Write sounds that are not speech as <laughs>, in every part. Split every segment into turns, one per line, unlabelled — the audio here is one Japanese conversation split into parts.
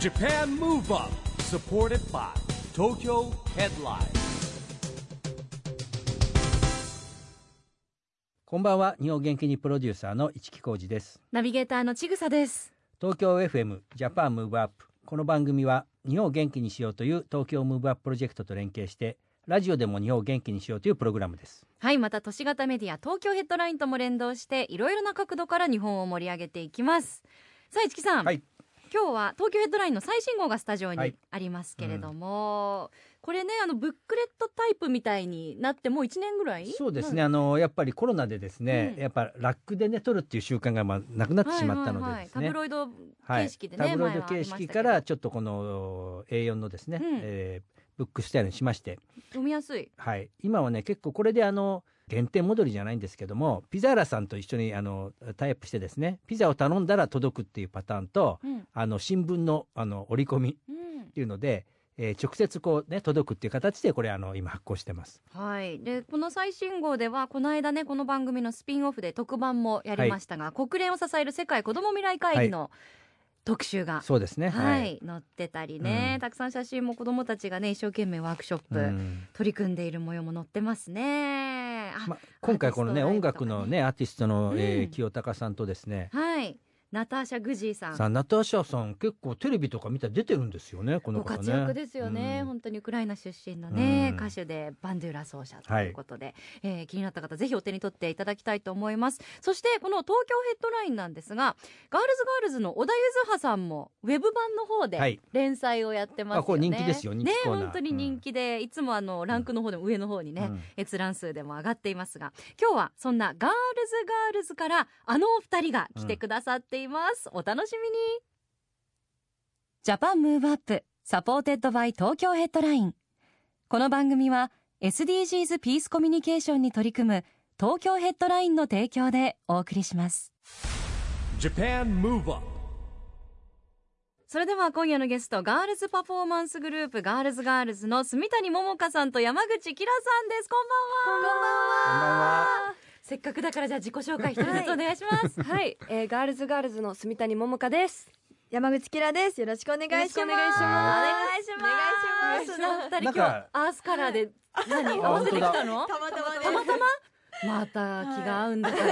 Japan Move Up supported by Tokyo Headline
こんばんは日本元気にプロデューサーの市木浩司です
ナビゲーターのちぐさです。
東京 FM ジャパンムーブアップこの番組は日本を元気にしようという東京ムーブアッププロジェクトと連携してラジオでも日本を元気にしようというプログラムです
はい、また都市型メディア東京ヘッドラインとも連動して、いろいろな角度から日本を盛り上げていきます。さあ、市木さん、
はい
今日は東京ヘッドラインの最新号がスタジオ
はい
にありますけれども、これね、あのブックレットタイプみたいになってもう一年ぐらい？
そうですね、あのやっぱりコロナでですね、
うん
やっぱラックでね撮るっていう習慣がまあなくなってしまったのでです
タ
ね
ブロイド
はい
形式でね、
タブロイド形式か
前はありました
らちょっとこの A4 のですね、
うん
えーブックスタイルにしまして、
けど読みやすい。
はい、今はね結構これであの限定戻りじゃないんですけどもピザーラさんと一緒にあのタイアップしてですねピザを頼んだら届くっていうパターンと
うん、
あの新聞のあの折り込みっ
うん
ていうので、えー直接こうね届くっていう形でこれあの今発行してます。
はい、でこの最新号ではこの間ねこの番組のスピンオフで特番もやりましたが、国連を支える世界子ども未来会議の特集が、はい
そうですね。
載ってたりね、
うん
たくさん写真も子どもたちがね一生懸命ワークショップ、
うん
取り組んでいる模様も載ってますね。あ
ま、今回このね
アーティ
音
ストライブと
楽
かね
のねアーティストの、えー
うん
清高さんとですね、
はいナターシャ・グジーさん
さあナターシャさん結構テレビとか見たら出てるんですよねこの
ご
方ね。
活躍ですよね、
うん
本当にウクライナ出身のね、
うん
歌手でバンドゥーラ奏者ということで、えー気になった方ぜひお手に取っていただきたいと思いますそしてこの東京ヘッドラインなんですがガールズガールズの小田柚葉さんもウェブ版の方
はい
で連載をやってますよね、
あこれ人気ですよ人気
ね
コーナー
本当に人気で、いつもあのランクの方でも上の方にね、
うん
閲覧数でも上がっていますが今日はそんなガールズガールズからあのお二人が来てくださっています、お楽しみにジャパンムーブアップサポーテッドバイ東京ヘッドラインこの番組は SDGs ピースコミュニケーションに取り組む東京ヘッドラインの提供でお送りします
Japan Move Up
それでは今夜のゲストガールズパフォーマンスグループガールズガールズの住谷桃香さんと山口きらさんですこんばんは
こんばんは。
せっかくだからじゃあ自己紹介一人ずつお願いします。
はい、えー、ガールズガールズの住谷桃香です。
山口きらです。よろしくお願いします。
よろしくお願いします
願いします。お願いします。お二人
なん
今
か
日アースカラーで何
あ
合わせてきたの？
またま
たまたま？また気が合うんだから。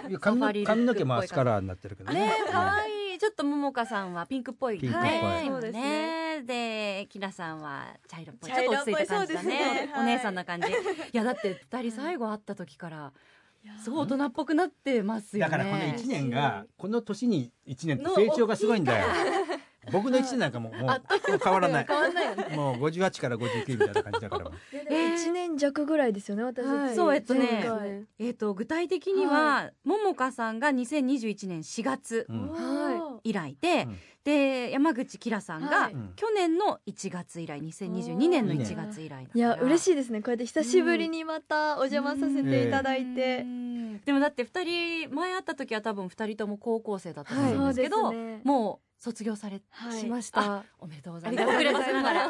いや髪の
サファリルックっぽい
髪の毛もアスカラーになってるけどね。
ねえ可愛いちょっとももかさんはピンクっぽいね
ピンクっぽい
今
そうです
ねできらさんは茶色っぽいち
茶
ょっと落
色
ち着
っぽい
いた感じだね
そうですね
お
はい
姉さんな感じいやだって二人最後会った時からすごい大人っぽくなってますよ
だか
ね
らこの一年がこの年に一年って成長がすごいんだよ。僕の一年なんかもうもう変わらない。
変わんないよね
もう五十八から五十九みたいな感じだから。
えー
一年弱ぐらいですよね。私たち、
はい
そうえっとね
前回
えー、と具体的には、ももかさんが2021年4月
うん
は
以来で、
うん
で山口きらさん
は
が
い
うん
去年の1月以来2022年の1月以来だから
いや嬉し
い
いですね。こうやって久しぶりにまたお邪魔させていただいて、
でもだって2人前会った時は多分2人とも高校生だったと
はい
思うんですけど、
そうですね
もう卒業され
はい
しました。
おめでとうございます遅ればせながら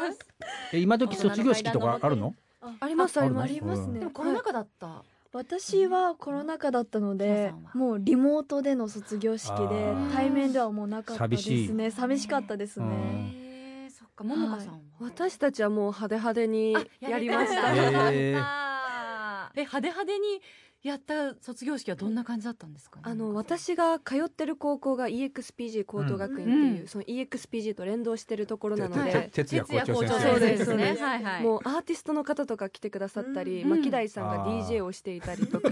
え今時卒業式とかあるの？
あります
あ
あ
る
り
の
ま
あ
す。
りますね。
でもコロ
は
ナ
い
禍だった、
私はコロナ禍だったの
皆
で
さんは、
もうリモートでの卒業式
あ
で
ー
対面ではもうなかったですね。寂し
寂しい
かったです
う
ね。
ん
へえそっかももかさんは、
私たちはもう派手派手にやりまし
あ
た。
やりました
やり
へー
ましたえ派手派手にやった卒業式はどんな感じだったんですかね、
あの私が通ってる高校が EXPG 高等学院って
うん
いう、
うん
その EXPG と連動してるところなの
はい
で、
て哲也校長先生
哲也校長先
で
生。
す
そう
ね
で。す
はいはい。
もうアーティストの方とか来てくださったり、
うん
牧大さんが
あー
DJ をしていたりとか、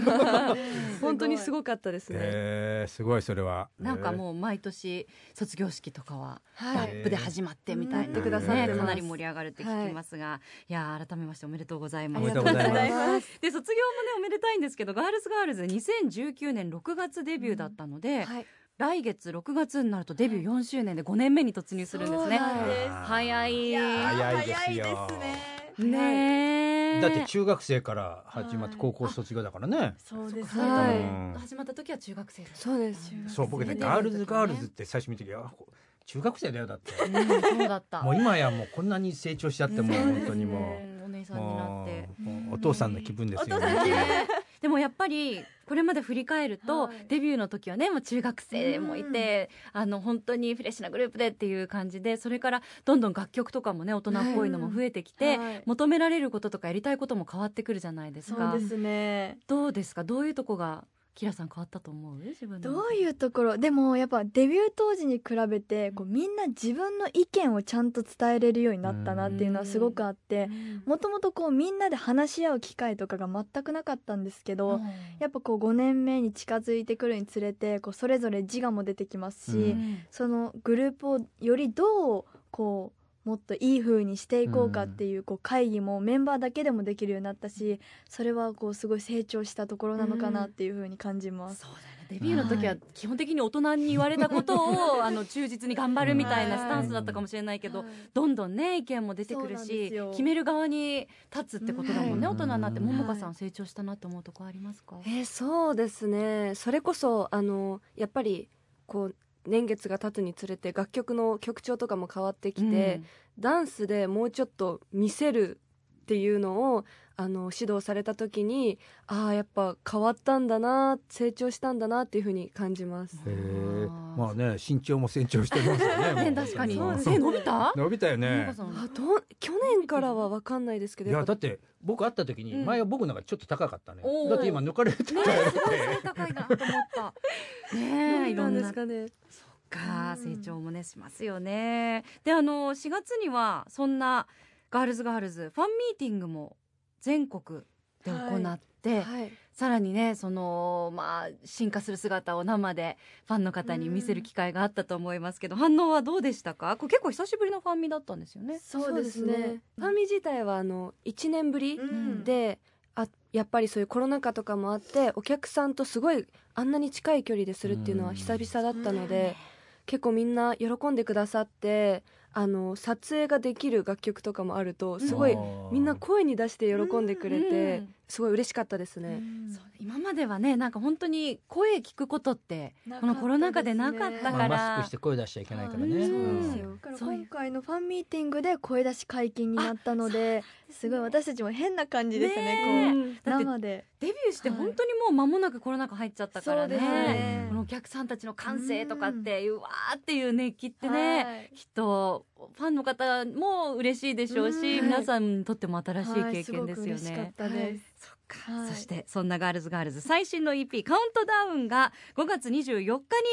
本当にす
ごい。
ごかったですね。
えーすごいそれは。
なんかもう毎年卒業式とかは
は
ラ
い、
ップで始まってみたい
う
な、
んやってくだ
さって
ね
ます
かなり盛り上がるって聞きますが、い、やー改めましておめでとうござい
お
ま
め
す
でとうございます。
ます。
で卒業もねおめでたいんですけどガールズガールズ2019年6月デビューだったので、
はい、
来月6月になるとデビュー4周年で5年目に突入するんですね
そうなんです
あー
早い
早いですよ。
ねえ
だって中学生から始まって高校卒業だからね。
そうですね。
はい
うん
始まった時は中学生だった
そうです。
そう僕ね
ね
ガールズガールズって最初見た時あこ中学生だよだって。
うんそうだった
もう今やもうこんなに成長しちゃってもう
そうですね
本当にも
お姉
う
さんになって
もうお父さんの気分ですよね。
<laughs> でもやっぱりこれまで振り返ると、
はい
デビューの時はねもう中学生もいて、あの本当にフレッシュなグループでっていう感じでそれからどんどん楽曲とかもね大人っぽいのも増えてきて、
はい
求められることとかやりたいことも変わってくるじゃないです
そう
か。
ですね
どうですかどういうとこがキラさん変わったと思う自分の
どういうところでもやっぱデビュー当時に比べてこうみんな自分の意見をちゃんと伝えれるようになったなっていうのはすごくあってもともとこうみんなで話し合う機会とかが全くなかったんですけど、やっぱこう5年目に近づいてくるにつれてこうそれぞれ自我も出てきますし、
う
そのグループをよりどうこうもっといい風にしていこうかっていうこう会議もメンバーだけでもできるようになったしそれはこうすごい成長したところなのかなっていう風に感じます。
そうだねデビューの時は基本的に大人に言われたことをあの忠実に頑張るみたいなスタンスだったかもしれないけど、どんどんね意見も出てくる
そうなんで
し
すよ
決める側に立つってことだもんね、
うん
大人になって
うん
ももかさん成長したなと思うとこありますか、
えーそうですねそれこそあのやっぱりこう年月が経つにつれて楽曲の曲調とかも変わってきて、ダンスでもうちょっと見せるっていうのをあの指導された時にああやっぱ変わったんだな成長したんだなっていうふうに感じます。
へえ
あー
まあね身長も成長してますよ
<laughs>
ねもう
ね確かに
そう
背伸びた
伸びたよ
もも
ね
かさん
あどう去年からは分かんないです
い
けどや
や
っ
だ
ぱ
って僕会った時に
うん
前は僕なんかちょっと高かったね、
おー
だって今抜かれてたよ
ねえすごい背高いなと思った。ねえいろんな
かね
か
うん
成長もねしますよね。であの4月にはそんなガールズガールズファンミーティングも全国で行って、
はい
さらにねそのまあ進化する姿を生でファンの方に見せる機会があったと思いますけど、反応はどうでしたかこれ結構久しぶりのファンミだったんですよね。
そうですね
ファミ自体はあの1年ぶり、
うん
であやっぱりそういうコロナ禍とかもあってお客さんとすごいあんなに近い距離でするっていうの
う
は
ん
久々だったの
そうだ
で
ね
結構みんな喜んでくださってあの撮影ができる楽曲とかもあるとすご
あ
い
ー
みんな声に出して喜んでくれ
う
て
ん
すごい嬉しかったです
う
ね。
ん
そう今まではねなんか本当に声聞くことってこのコロナ禍でなかった
まあ
から
マスクして声出しちゃいけないからね、
うん
うん
そう
だから
そういう
今回のファンミーティングで声出し解禁になったのです,、ごい私たちも変な感じですね
ねえ
こ
うん
う
だって
生で
デビューして
はい
本当にもう間もなくコロナ禍入っちゃったからね。
そうです
うん
ね
このお客さんたちの歓声とかってうわーっていう熱気ってね、
はい
きっとファンの方も嬉しいでしょうし、
うん
皆さんにとっても新し
はい
経験
ごく
ですよ
嬉しかっ
ね。
たです、
そっか
はい
そしてそんなガールズガールズ最新の EP カウントダウンが5月24日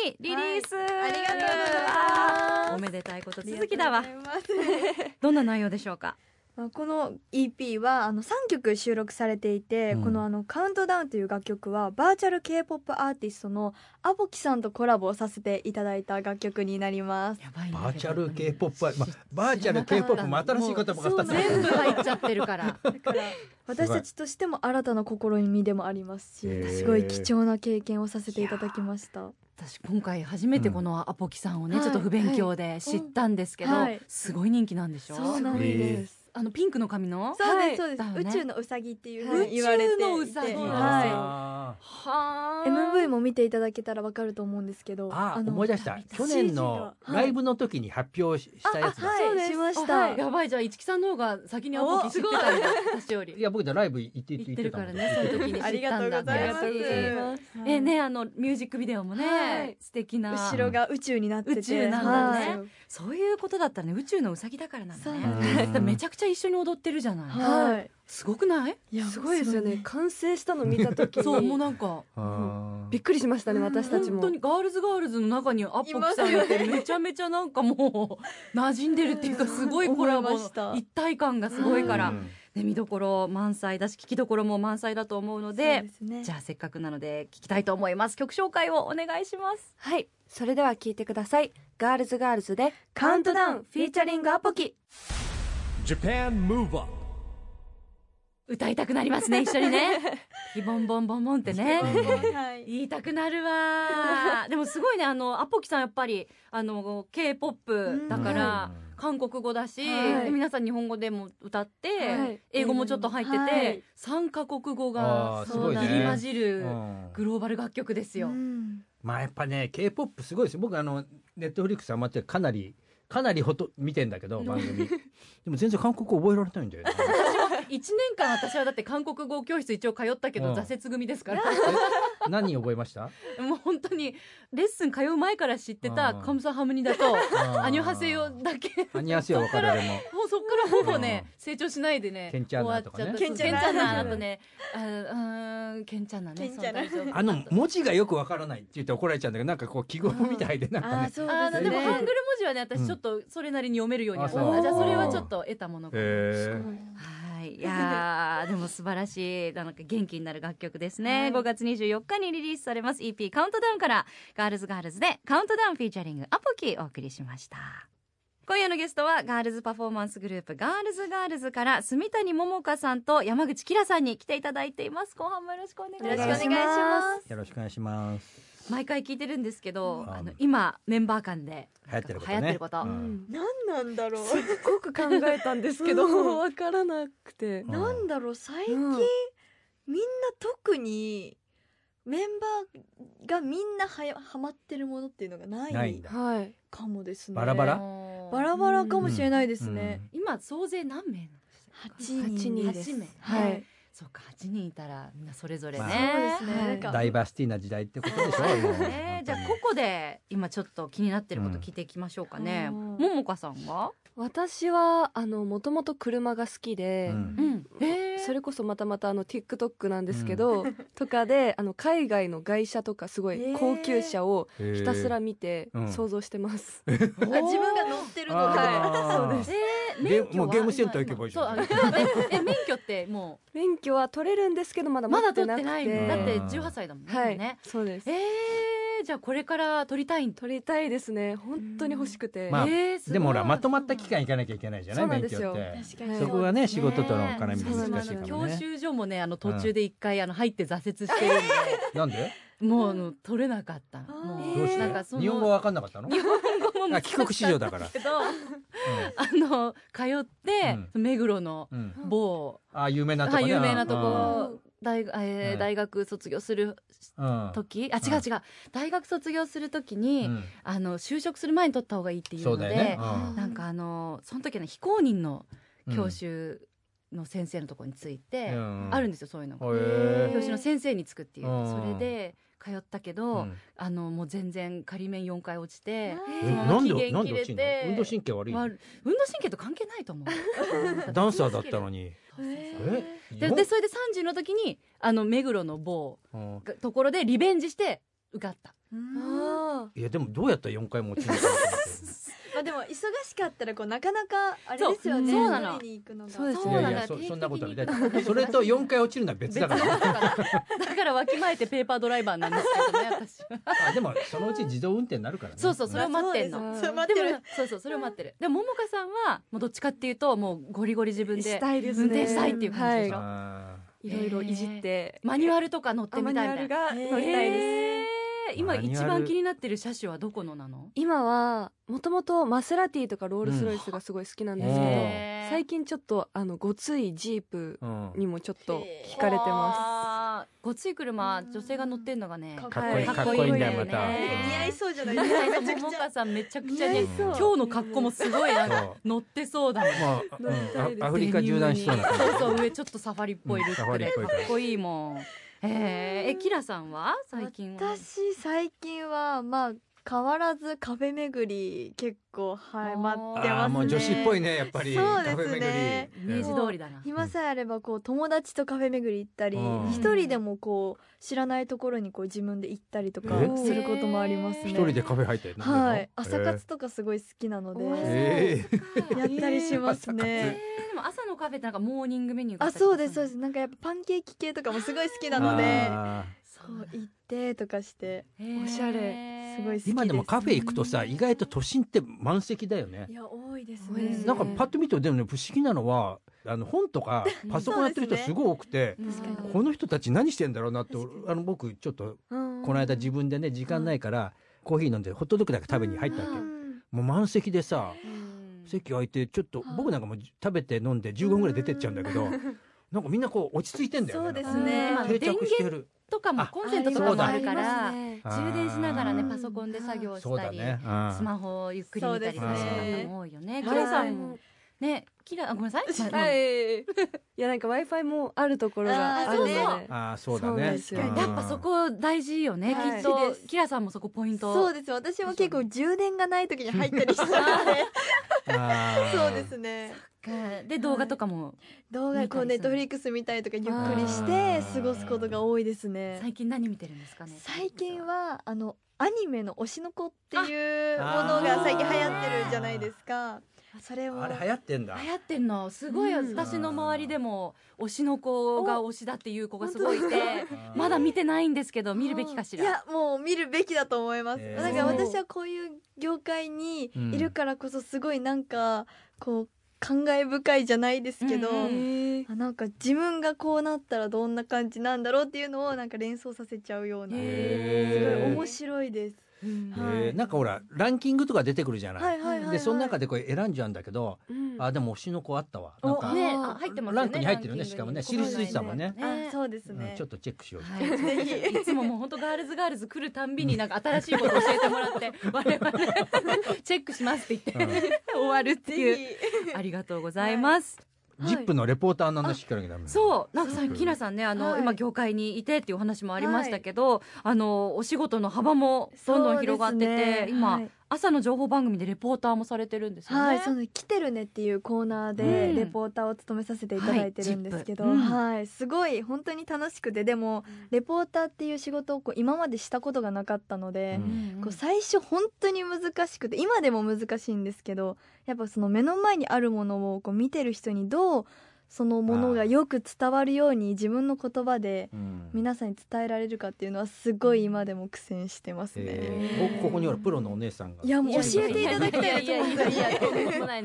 にリリース、
ありがとうございます
おめでたいこと続きだわ
ありがとうございます
どんな内容でしょうか
まあこの EP はあの3曲収録されていて、
うん
このあの「カウントダウン」という楽曲はバーチャル k p o p アーティストのアボキさんとコラボさせていただいた楽曲になります。
やばいね
バーチャル K-POP は、まあ、バーチャル K-POP も新しい言葉が
もう
2つ
全部入っちゃってるから
だから私たちとしても新たな試みでもありま
へ
す
ー
しすごい貴重な経験をさせていただきました。
私今回初めてこのアポキさんをね、
うん
ちょっと不勉強で知ったんですけど、
はいはい
すごい人気なんでしょ
そうなん
んで
ですす、
あのピンクの髪の
そうです、そう
はい
です、
だよね
宇宙のうさぎっていうふう
はい
に言われていて
宇宙のうさぎ
あ
は、
ー
はい
MV も見ていただけたらわかると思うんですけど
あー
の
思い出した去年のライブの時に発表ししたやつだ、
あはいしました、
あやばいじゃあ一木さんの方が先にアポキ知ってたんだ私よ
い
り
や僕じゃライブ行って行
言
って
ってる
た
か
もん
らねその
<laughs>
時に知ったんだ
ありがとうござい
ね
ます
えーねあのミュージックビデオもね、
はい
素敵な
後ろが宇宙になってて
宇宙なんだね
はい
そういうことだったね宇宙のうさぎだからなんだ
そう
ね
ん
だってめちゃくちゃ一緒に踊ってるじゃない、
はい、
すごくない
いや
すごいですよね完成したの見た
<laughs>
時
そうもう
に
なんか
あー
びっくりしましたね私たち
本
も
当。にガールズガールズの中にアポキさんってめちゃめちゃなんかもう馴染んでるっていうかすごいコラボ
思いました
一体感がすごいから、
うん
ね、見どころ満載だし聞きどころも満載だと思うの
そう
で
ですね
じゃあせっかくなので聞きたいと思います曲紹介をお願いします
はいそれでは聞いてくださいガールズガールズでカウントダウンフィーチャリングアポキ
Japan Move Up
歌いたくなりますね一緒にねリボンボンボンボンってね
はい
言いたくなるわーでもすごいねあのアポキさんやっぱりあの k p o p だから
うん
韓国語だし、
はい
で皆さん日本語でも歌って、
はい
英語もちょっと入ってて、
はい
3カ国語
あ
が
ー
すごいね
入り混じる
うん
グローバル楽曲ですよ。
うん
まあやっぱね K-POP すごいですよ僕あのネットフリックスハマってかなりかなりほと見てんだけど番組でも全然韓国語覚えられないんだよね
一年間私はだって韓国語教室一応通ったけ
う
ど
ん
挫折組ですから、 <laughs>
何覚えました
もう本当にレッスン通う前から知ってた
うん
カムサハムニだと
あー
アニョハセヨだけ
アニュアセヨ分かるあれも
もうそっからほぼね
う、
成長しないでね、
ケン
終
ちゃん
わ
な
っ
とか
ち
ね
ゃった。
ケンちゃんな
ケンちゃんなあとね、あーうーん、ケンちゃんなね
ケンちゃんな。
その
あの文字がよく分からないって言って怒られちゃうんだけどなんかこう記号みたいでなんか
あ
ね
ー、そう
あー
で
ですも
ね
ハングル文字はね、
う
私
ん
ちょっとそれなりに読めるようになった。
あ
そう
あじゃあそれはちょっと得たものかな。
へ
はい、いやーでも素晴らしいなんか元気になる楽曲ですね、
はい
5月24日にリリースされます EP「カウントダウン」から「ガールズガールズ」で「カウントダウン」フィーチャリング「アポキ」お送りしました今夜のゲストはガールズパフォーマンスグループガールズガールズから住谷桃香さんと山口きらさんに来ていただいています後半もよろしくお願いします
よろしくお願いします
ーよろしくお願いします
毎回聞いてるんですけど、
うん
あの今メンバー間で
流行ってること
流
ね
行ってること、
う
うんん
何なんだろ
すっ
う
ごく考えたんですけ
<laughs>
どわからなくて
うん
なんだろう最近、
うん
みんな特にメンバーがみんなはやハマってるものっていうのがな
ないん
い
だ
はい
かもですね
バラバラ
バ
バ
ラバラかもしれないですね、
今総勢何名なの
八
8人です
八名。
はい
そうか、八人いたらみんなそれぞれ
まあ
ね。
そうですね
はい
なん
う
か
んダイバーシティな時代ってこと
<laughs>
でしょ
そう
もう
ね、じゃあここで今ちょっと気になってること聞いていきましょうかね。
うん
ももかさんは？
私はあのもともと車が好きで、
うん
ん。
え
それこそまたまたあの TikTok なんですけど、とかであの海外の外車とかすごい
へー
高級車を
へー
ひたすら見て
うん
想像してます、
あ自分が乗ってるのが
あー
そうです
え
ゲー
免許
も
は
うゲームセンター行けばいいじゃん
そうあのええ免許っても
免許は取れるんですけどま <laughs> だ
うま
持
だ
って
取
な
って
くて
ないの
ん
だって十八歳だもんね。
はい、
ね
そうです
えー、じゃあこれから取りたいんだ
取りたいですね本当に欲しくて、
まあ
えーすご
<laughs>
い
でもほらまとまった期間行かなきゃいけないじゃない
そうなん
勉
で
強
す
っ
よ
て
確かに
は
そ
いう
そこがね仕事との絡みで難しいかも
教
ね
習所もねあの途中で一回あの入って挫折してるんで、
なんで
もうあの取れなかった。も
えー
どうし
なんか
て
その
日本語わかんなかったの
日本語も
あ
難し
帰
かっ
国子女だ
<laughs>
から
たけど、あの通って、目黒の
うんうん
某
あ有名なとこ
は
ね
い有名なと
あ
こ大,、えー
うん
大学卒業する
うん
時、あ違う違う大学卒業する時
う
に、
ん
あの就職する前に取った方がいいっていう
そ
の
うだ
で
よね
うん
なんかあのその時はね非公認の
うん
教習の先生のところについて、
うん
あるんですよそういうのが、
へー
教師の先生につくっていう、
うん
それで通ったけ
う
ど、
ん
あのもう全然仮面4回落ちて、
え
その
なん
期
で
限
なんで落
切れ
ちんの
て
運動神経悪い
まあ
の
運動神経と関係ないと思う
ダンサーだったの
に
に
え
え
ででそれで30の時にあの目黒の某
うん
がところでリベンジして受かった
ま
あ
いやでもどうやったら四回も落ちるのかなと思っ
あでも忙しかったらこうなかなかあれですよね
そうそうなの
一人に行くのが
そうです
てい
よ
や
ね
い
な
や
ん
そ
だ定期的に
そんなことは
<laughs>
ないそれと四回落ちるのは別だから
だからだからわきまえてペーパードライバーなんですけどね私は
あでもそのうち自動運転になるからね
そうそうそれを待ってんの
そうです
うん
それ待って
で
る
もそうそうそれを待ってるでももかさんはもうどっちかっていうともうゴリゴリ自分
し
で
たいですね
運転したいっていう感じでしょ
あ
はい、いろいろいじって、
マニュアルとか乗って
あマ
み
ニ
たいみ
ュア
た
ル
いな
が乗りたいです、
えー今
マニュアル
一番気になってる車種はどこのなの
今はもともとマセラティとかロールスロイスがすごい好きなんですけど、
うん
最近ちょっとあのごついジープ
ーうん
にもちょっと惹かれてます
すごつい車女性が乗ってんのがね
か
かっこいい
はい
かっこいいんだよま
かっこいいよね
た
え
なんか似合いそうじゃないですかめちゃ
も
く
も
ちゃ
かさんめちゃく
似
ちゃ
合
ね
いそう
今日の格好もすごいなんか
そ
乗ってそうだもん
うまあ
乗りたいで
う
す
んあアフリカ縦断しそうな感じ
そうそう上ちょっとサファリっぽいル
うんサフ
ッ
ァ
ク
リっ
で
ぽ
か
い
っ
から
こいいもんえーえキラさんは最近は
私最近はまあ変わらずカフェ巡り結構は
お
い
ー
待って
あー
ますね
もう女子っぽいねやっぱり
そうですね
カフェ巡
イ
り
メージ通りだな
暇さえあればこう友達とカフェ巡り行ったり
うん
一人でもこう知らないところにこう自分で行ったりとか
え
することもあります
へー
ね
一人でカフェ入ったりなんでの
はい朝活とかすごい好きなので、
えー
やったりします
えー
ね、
でも朝のカフェってなんかモーニングメニューが
あ
ったりとか
そうですそう
る
ですなんかやっぱパンケーキ系とかもすごい好きな
あ
ので
ー
こう行ってとかして
へー
おしゃれすごい好きです
今でもカフェ行くとさ意外と都心って満席だよね
いや多いです
多いです
ね
ね
なんかパッと見てでもね不思議なのはあの本と
<laughs>
かパソコンやってる人
そうです
す
ね
ごい多くて、
うん
確かに
この人たち何してんだろうなって
確かに
あの僕ちょっと
うん
この間自分でね時間ないからコーヒー飲んでホットドッグだけ食べに入ったわけ、もう満席でさ
うん
席空いてちょっと
はい
僕なんかもう食べて飲んで15分ぐらい出てっちゃうんだけど、なんかみんなこう落ち着いてんだよね
そうです
なんか
ね
うんまあ
定着してる
とかもコンセントとかもあるから
ありま
充電しながらね
あー
パソコンで作業
そ
し
う
た
だ
り
ね、うん
スマホをゆっくり見たりする
そうですね
方も多いよね。
はい
キラさんもねキラあごめんなさい、まあ
はいいやなんか w i f i もあるところがあるので
あーそう
ああそうだ
そう
ね
ですよ
やっぱそこ大事よね、
はい
きっと
大事です
キラさんもそこポイント
そうです私も結構充電がない時に入ったりしたので <laughs> そうです
ね
ね
で動画とかも、
動画こうネ
見
ッ
たりする
トフリックス見たりとかゆっくりして過ごすことが多いですね
最近何見てるんですかね
最近はあのアニメの推しの子っていうものが最近流行ってるじゃないですかそれを
あれ流行ってんだ
流行ってんのすごい、
うん
私の周りでも推しの子が推しだっていう子がすごいいて
あー
まだ見てないんですけど見るべきかしら
いやもう見るべきだと思います、
えー
なんか私はこういう業界にいるからこそすごいなんかこう感慨深いじゃないですけど、
うんうん
あなんか自分がこうなったらどんな感じなんだろうっていうのをなんか連想させちゃうようなすごい
へー
面白いです、
うん
はい
えーなんかほらランキングとか出てくるじゃない、
はいはいはい、はい、
でその中でこれ選んじゃうんだけど、
うん
あでも推しの子あったわなんか、
おね
あ
あ入ってますよね
ランクに入ってるね
ランキングに
しかもね印ついてたもんね
あそうです
う
ね
ん、ちょっとチェックしよう、
<laughs>
はい、いつももう本当ガールズガールズ来るたんびになんか新しいこと教えてもらって我々チェックしますって言って、終わるっていう
ぜ
ありがとうございます、
はい
ジップのレポーターの話聞かなきゃダメ
そうなんかさきなさんねあの、
はい
今業界にいてっていうお話もありましたけど、あのお仕事の幅も
ひ
どんどん広がってて、
そうですね
今、
はい
朝の情報番組でレポーターもされてるんですよね、
はい、その「来てるね」っていうコーナー
う
で
ん
レポーターを務めさせていただいてるんですけど、
は
はいい
ジップ
すごい本当に楽しくてでもレポーターっていう仕事をこう今までしたことがなかったので、
うん
こう最初本当に難しくて今でも難しいんですけどやっぱその目の前にあるものをこう見てる人にどうそのものがよく伝わるように自分の言葉で
うん
皆さんに伝えられるかっていうのはすごい今でも苦戦してますね。
えー、こここにほらプロのお姉さんが
いやもう教えていただきたい
いやいやいやいやとんでもない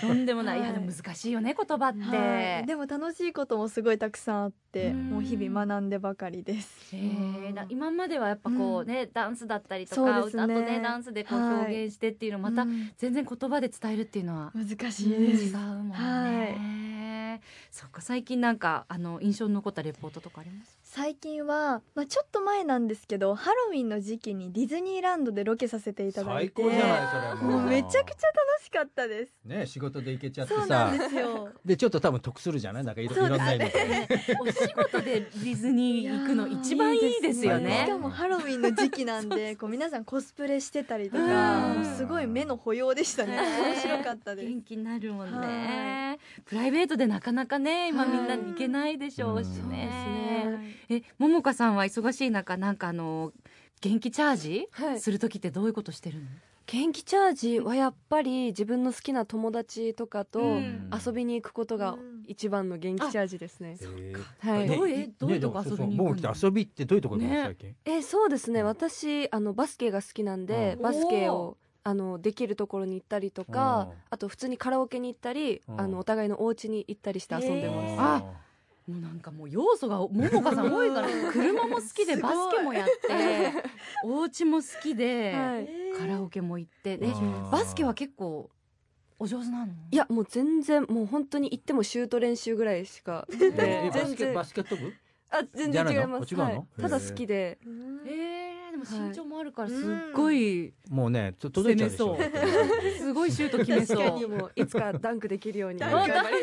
とんでもない、い、
はい
やでも難しいよね言葉って、
はい、でも楽しいこともすごいたくさんあって
うん
もう日々学んでばかりです。
えーな今まではやっぱこうね、ダンスだったりとか、
そ
あ
う
と
ですね
ねダンスでこう
はい
表現してっていうのまた
うん
全然言葉で伝えるっていうのは
難しい
違
で
う
す。
もんね、そっか最近なんかあの印象に残ったレポートとかあります
最近は、まあ、ちょっと前なんですけどハロウィンの時期にディズニーランドでロケさせていただ
最
いて
高じゃないそれ
もうめちゃくちゃ楽しかったです。
ね仕事で行けちゃって
そうな
さ
んですよ。
でちょっと多分得するじゃないなんかいろい
そ
ろ
うんです
な意味で
お仕事でディズニー行くの一番いいですよ
し
ね
かもハロウィンの時期な
<laughs>
んで、こう皆さんコスプレしてたりとか、
うん
もうすごい目の保養でしたね。面白かったです。
元気になるもん
は
ねプライベートでなかなかね今
はい
みんな行けないでしょうし
うん
そうです
ね
ね
えももかさんは忙しい中なんかあの元気チャージ
はい
する時ってどういうことしてるの、
元気チャージはやっぱり自分の好きな友達とかと
うん
遊びに行くことが一番の元気チャージですね。
えー
はい
ね
どういうどういうとこ
ねでも
遊びに
そうそう
行くの
僕来て遊びってどういうとこ行くの
ね
最近
えそうですね私あのバスケが好きなんで、
うん
バスケをあのできるところに行ったりとか、
うん
あと普通にカラオケに行ったり、
うん
あのお互いのお家に行ったりして遊んでます、
あもうなんかもう要素がももかさん多いから <laughs> 車も好きでバスケもやってお家も好きで、
はい、
カラオケも行ってで
うん
バスケは結構お上手なの
いやもう全然もう本当に行ってもシュート練習ぐらいしか
えーえバ
全
スケ
然
バスケット部
あ全然違います
じゃないの違うの
はいただ好きで
えー、でも身長もあるからすっ
はい
ごい、
もうねちょっと届いちゃうでしょ
攻すごいシュート決め
確
そう
かにもういつかダンクできるように
ダ
あ
ン
ダン
ク
ク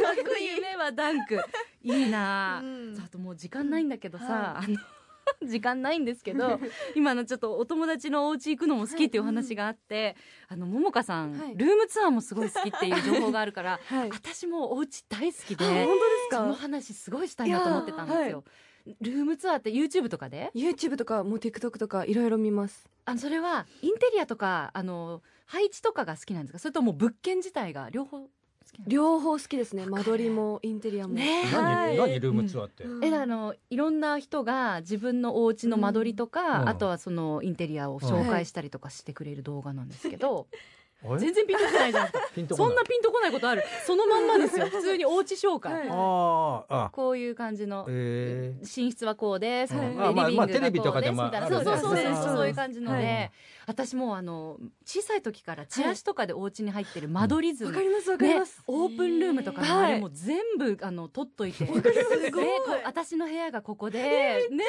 夢はダンク
<laughs>
いいなあ、
うん
さああともう時間ないんだけどさ、あの <laughs> 時間ないんですけ
<laughs>
ど今のちょっとお友達のお家行くのも好きっていうお話があって、あのももかさん、
はい
ルームツアーもすごい好きっていう情報があるから
<laughs> はい
私もお家大好き
あ本
でそ
当
の
ですか
話すごいしたいなと思ってたんです
いや
よ。ルームツアーって YouTube とかで
YouTube とかもう TikTok とかいろいろ見ます
あのそれはインテリアとかあの配置とかが好きなんですかそれとも物件自体が両方好きなんです
両方好きですね間取りもインテリア
か
も、
ね
<laughs>
え
何何ルームツアーって
えあのいろんな人が自分のお家の間取りとか、
うん
あとはそのインテリアを紹介したりとかしてくれる動画なんですけど、
あれ
全然ピンとこないじ
<laughs>
ゃないですか
ピンとこ
そん
な
ないピンとこないことあるそのまんまですよ普通にお家紹介、
はい
あーあ
こういう感じの、
えー
寝室はこうです、
うん
で
あまあ
リビング
まあ
がこうです
テレビとかでも
みたいな
あ
そ
る
う
ね
そうそうそう
そうそう
そういう感じので、
はい
私もうあの小さい時からチラシとかでお家に入ってる間取り図
わかりますわかり
ね
ます、、
オープンルームとかの
はい
あれも全部、あの取っといて、ね、こう私の部屋がここで、ねえ、ね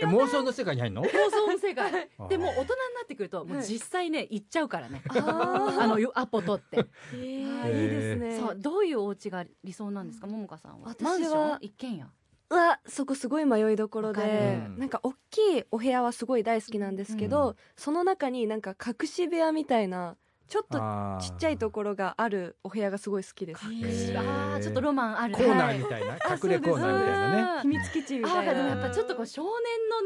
えあれも楽
妄
しいよね
想の世界に入るの
妄想の世界
あー
でもう大人になってくるともう
はい
実際ね行っちゃうからね
あ
あのよアポ取って
ーあーいいですね。
そうどういうお家が理想なんですかももかさんは
私は
マンション一軒家
うわそこすごい迷いどころ
わか
で
る、
うん
なんか大きいお部屋はすごい大好きなんですけど、
うん
その中になんか隠し部屋みたいなちょっと
あー
ちっちゃいところがあるお部屋がすごい好きです
へー
あーちょっとロマンあるね
コーナーみたいな隠れコーナーみたいなね
ね
秘密基地み
あ
た
あ
い
でもや
な
っぱちょっとこう少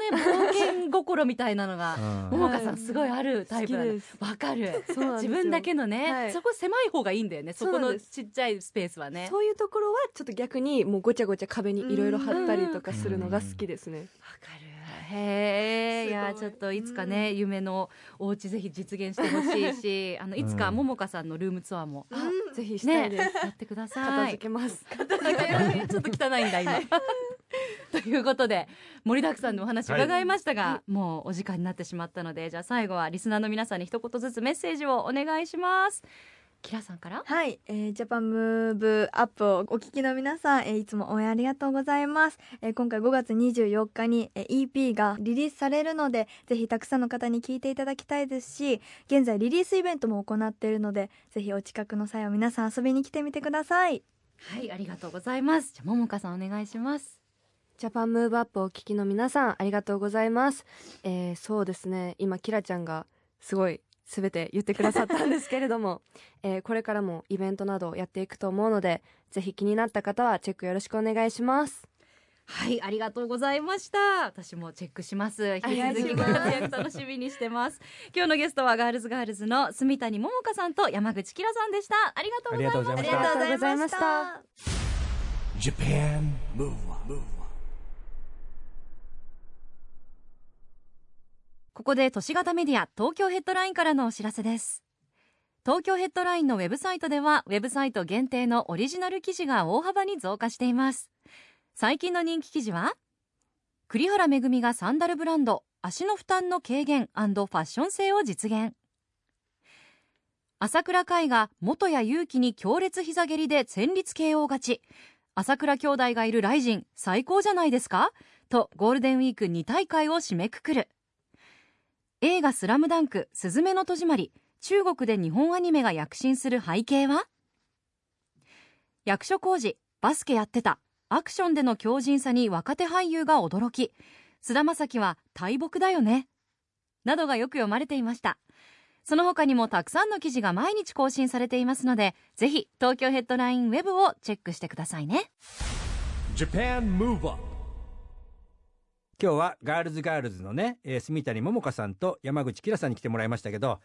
年のね冒険心みたい
<laughs>
なのが
うん
ももかさんすごいあるタ
好
イ
き
プだね
です
わかる
そうなんです
自
よ
分だけのね、
はい
そこ狭い方がいいんだよねそ
そう
こ
なん
の
です
ちっちゃいスペースはねわ
そういうところはちょっと逆にもうごちゃごちゃ壁にいろいろ貼ったりとかするのが好きですね、
かるへえい
すごい
やちょっといつかね、夢のお家ぜひ実現してほしい
<laughs>
しあのいつか
うん
ももかさんのルームツアーも
あぜひしたいです、
やってくだ
片
さ
付
い
けます、
ちょっと汚いんだ今 <laughs> ということで盛りだくさんのお話伺いましたが、もうお時間になってしまったのでじゃあ最後はリスナーの皆さんに一言ずつメッセージをお願いしますキラさんから
はい、えージャパンムーブアップをお聞きの皆さん、えーいつも応援ありがとうございます、えー今回5月24日に、えー EP がリリースされるのでぜひたくさんの方に聞いていただきたいですし現在リリースイベントも行っているのでぜひお近くの際は皆さん遊びに来てみてください
はいありがとうございますじゃあももかさんお願いします
ジャパンムーブアップをお聞きの皆さんありがとうございます、えー、そうですね今キラちゃんがすごい全て言ってくださったんですけれども、えー、これからもイベントなどをやっていくと思うのでぜひ気になった方はチェックよろしくお願いします
はいありがとうございました私もチェックします引き
願い
続き
し
ご
ます
活躍楽しみにしてます今日のゲストはガールズガールズの住谷ももかさんと山口キラさんでしたありがとうございました
ありがとうございました
ありがとうございまし
ありがとうございま
た
Japan Move Up,
ここで都市型メディア東京ヘッドラインからのお知らせです東京ヘッドラインのウェブサイトではウェブサイト限定のオリジナル記事が大幅に増加しています最近の人気記事は栗原めぐみがサンダルブランド足の負担の軽減ファッション性を実現朝倉海が元谷勇気に強烈膝蹴りで戦慄 KO 勝ち朝倉兄弟がいるライジン最高じゃないですかとゴールデンウィーク2大会を締めくくる映画「スラムダンクすずめの戸締まり」中国で日本アニメが躍進する背景は役所工事バスケやってたアクションでの強靭さに若手俳優が驚き菅田将暉は大木だよねなどがよく読まれていましたその他にもたくさんの記事が毎日更新されていますのでぜひ東京ヘッドラインウェブをチェックしてくださいね
Japan Move Up,
今日はガールズガールズのね、えー、住谷桃香さんと山口キラさんに来てもらいましたけど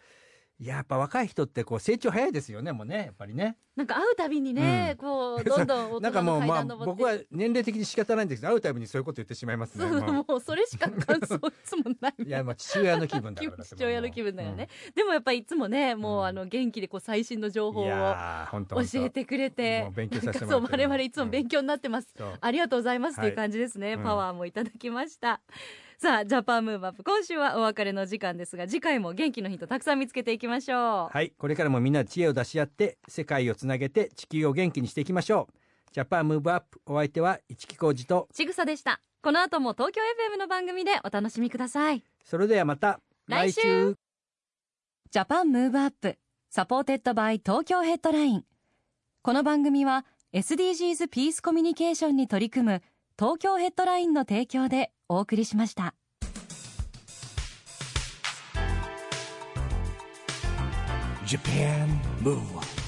やっぱ若い人ってこう成長早いですよねもうねやっぱりね
なんか会うたびに
ねう
こ
うどん
ど
なんかもうまあ僕は年齢的に仕方ないんですけど会うたびにそういうこと言ってしまいますねもう
うそれしか感想いつもない
いやまあ父親の気分だからだって
<laughs> 父親の気分だよね、、でもやっぱりいつもねもう
うん
あの元気でこう最新の情
も
報
う
を
いやー本当
教
本当
えてくれて
もう勉強させても
そ
ら
う
ってる
我々いつも勉強になってます、
そう
ありがとうございますと
はい
いう感じですね、
うん
パワーもいただきましたさあジャパンムーブアップ今週はお別れの時間ですが次回も元気のヒントたくさん見つけていきましょう、
はいこれからもみんなで知恵を出し合って世界をつなげて地球を元気にしていきましょうジャパンムーブアップお相手は市木浩二と
ちぐさでしたこの後も東京 FM の番組でお楽しみください
それではまた
来週ジャパンムーブアップサポーテッドバイ東京ヘッドラインこの番組は SDGs ピースコミュニケーションに取り組む東京ヘッドラインの提供でお送りしました。
Japan Move Up.